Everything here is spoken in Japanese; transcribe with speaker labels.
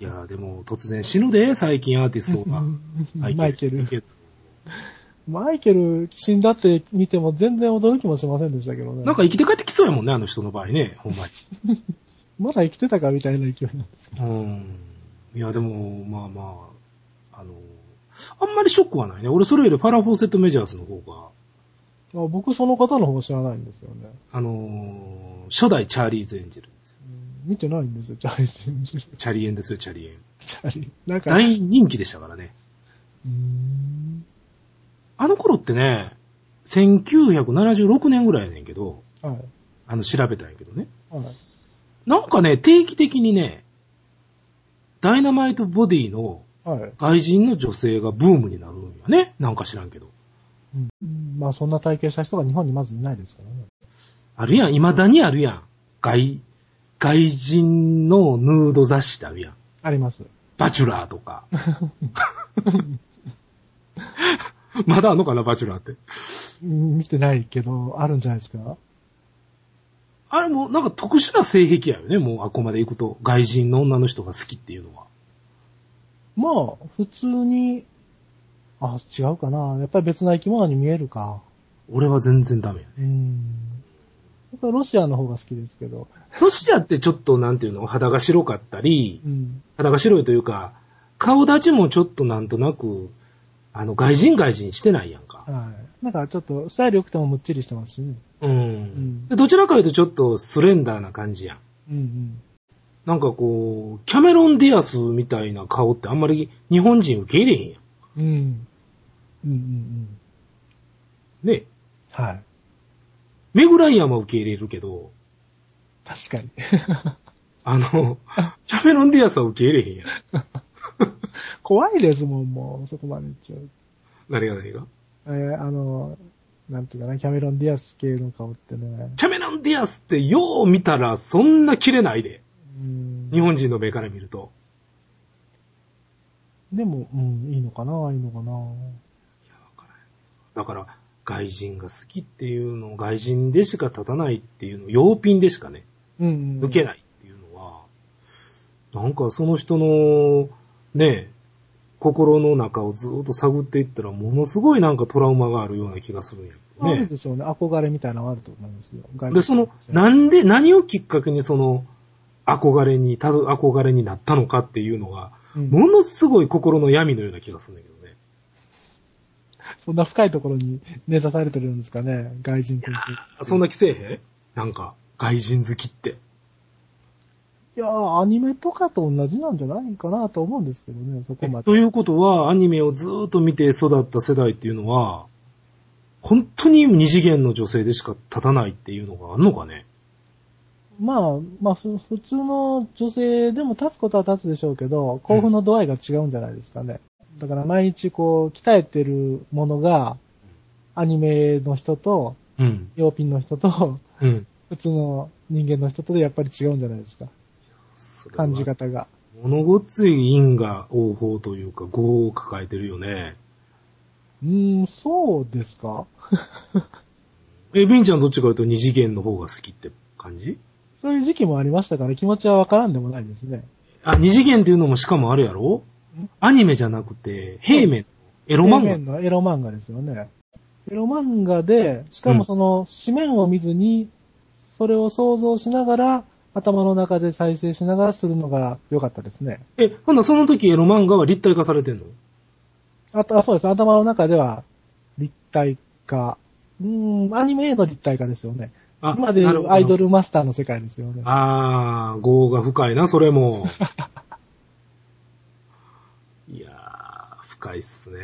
Speaker 1: いやーでも突然死ぬで、最近アーティストが。
Speaker 2: マイケル。マイケル死んだって見ても全然驚きもしませんでしたけどね。
Speaker 1: なんか生きて帰ってきそうやもんね、あの人の場合ね、ほんまに。
Speaker 2: まだ生きてたかみたいな勢いなんですけど。
Speaker 1: うん。いや、でも、まあまあ、あの、あんまりショックはないね。俺それよりファラ・フォーセット・メジャースの方が、
Speaker 2: あ僕その方の方知らないんですよね。
Speaker 1: あのー、初代チャーリーズ・エンジェルですよ。
Speaker 2: うん見てないんですよ、チャーリーズエンジェル。
Speaker 1: チャリエンですよ、チャリエン。
Speaker 2: チャーリー。なんか、う
Speaker 1: 大人気でしたからね。
Speaker 2: ーん。
Speaker 1: あの頃ってね、1976年ぐらいやねんけど、
Speaker 2: はい。
Speaker 1: あの、調べたんやけどね。
Speaker 2: はい。
Speaker 1: なんかね、定期的にね、ダイナマイトボディの
Speaker 2: はい。
Speaker 1: 外人の女性がブームになるんやね。なんか知らんけど。
Speaker 2: うんまあそんな体験した人が日本にまずいないですからね。
Speaker 1: あるやん、未だにあるやん。外、外人のヌード雑誌ってあるやん。
Speaker 2: あります。
Speaker 1: バチュラーとか。まだあんのかな、バチュラーって。
Speaker 2: うん見てないけど、あるんじゃないですか
Speaker 1: あれもなんか特殊な性癖やよね、もうあくまで行くと。外人の女の人が好きっていうのは。
Speaker 2: まあ、普通に、あ、違うかな。やっぱり別な生き物に見えるか。
Speaker 1: 俺は全然ダメやね。
Speaker 2: うん。やっぱりロシアの方が好きですけど。
Speaker 1: ロシアってちょっとなんていうの、肌が白かったり、
Speaker 2: うん。
Speaker 1: 肌が白いというか、顔立ちもちょっとなんとなく、あの、外人外人してないやんか。
Speaker 2: はい。なんかちょっと、スタイル良くてもむっちりしてますしね。
Speaker 1: うん。
Speaker 2: ん
Speaker 1: でどちらかというとちょっとスレンダーな感じやん。
Speaker 2: うん
Speaker 1: なんかこう、キャメロン・ディアスみたいな顔ってあんまり日本人受け入れへんや
Speaker 2: うん。うん。うんうんうん。
Speaker 1: ん。ね。
Speaker 2: はい。
Speaker 1: メグライアンは受け入れるけど、
Speaker 2: 確かに。
Speaker 1: あ の、キャメロン・ディアスは受け入れへんやん。
Speaker 2: 怖いですもん、もう、そこまで言っちゃう。
Speaker 1: 何が何が
Speaker 2: えーあの、なんていうかな、キャメロン・ディアス系の顔ってね。
Speaker 1: キャメロン・ディアスってよう見たらそんな切れないで。
Speaker 2: うん。
Speaker 1: 日本人の目から見ると。
Speaker 2: でも、うん、いいのかな、いいのかな。
Speaker 1: だから、外人が好きっていうのを、外人でしか立たないっていうのを、洋品でしかね、
Speaker 2: うん、うん。
Speaker 1: 受けないっていうのは、なんかその人の、ね、心の中をずっと探っていったら、ものすごいなんかトラウマがあるような気がするんやけど
Speaker 2: ある
Speaker 1: ね。
Speaker 2: でしょうね。憧れみたいなのはあると思いますよ。外
Speaker 1: で、
Speaker 2: 国
Speaker 1: その、
Speaker 2: ん
Speaker 1: なんで、何をきっかけにその、憧れに、たど、憧れになったのかっていうのが、ものすごい心の闇のような気がするんだけどね。
Speaker 2: そんな深いところに根ざされてるんですかね、外人君って。
Speaker 1: そんな気せえへんなんか、外人好きって。
Speaker 2: いやー、アニメとかと同じなんじゃないかなと思うんですけどね、そこまで。
Speaker 1: ということは、アニメをずーっと見て育った世代っていうのは、本当に二次元の女性でしか立たないっていうのがあるのかね
Speaker 2: まあ、まあ、ふ普通の女性でも立つことは立つでしょうけど、興奮の度合いが違うんじゃないですかね。だから毎日こう、鍛えてるものが、アニメの人と、
Speaker 1: うん。
Speaker 2: 用品の人と、
Speaker 1: うん。
Speaker 2: 普通の人間の人とでやっぱり違うんじゃないですか。感じ。方が。
Speaker 1: 物ごっつい因果応報というか、業を抱えてるよね。
Speaker 2: うーん、そうですか
Speaker 1: え、ビンちゃんどっちかというと二次元の方が好きって感じ
Speaker 2: そういう時期もありましたから気持ちはわからんでもないですね。
Speaker 1: あ、二次元っていうのもしかもあるやろアニメじゃなくて、平面、エ
Speaker 2: エ
Speaker 1: ロ漫画。
Speaker 2: のエロ漫画ですよね。エロ漫画で、しかもその、紙面を見ずに、それを想像しながら、頭の中で再生しながらするのが良かったですね。
Speaker 1: え、ほんならその時エロ漫画は立体化されてんの
Speaker 2: あと、あそうです。頭の中では、立体化。うーん、アニメへの立体化ですよね。
Speaker 1: あ
Speaker 2: 今でい
Speaker 1: なるほ
Speaker 2: う
Speaker 1: ど
Speaker 2: アイドルマスターの世界ですよね。
Speaker 1: あー、業が深いな、それも。いやー、深いっすね。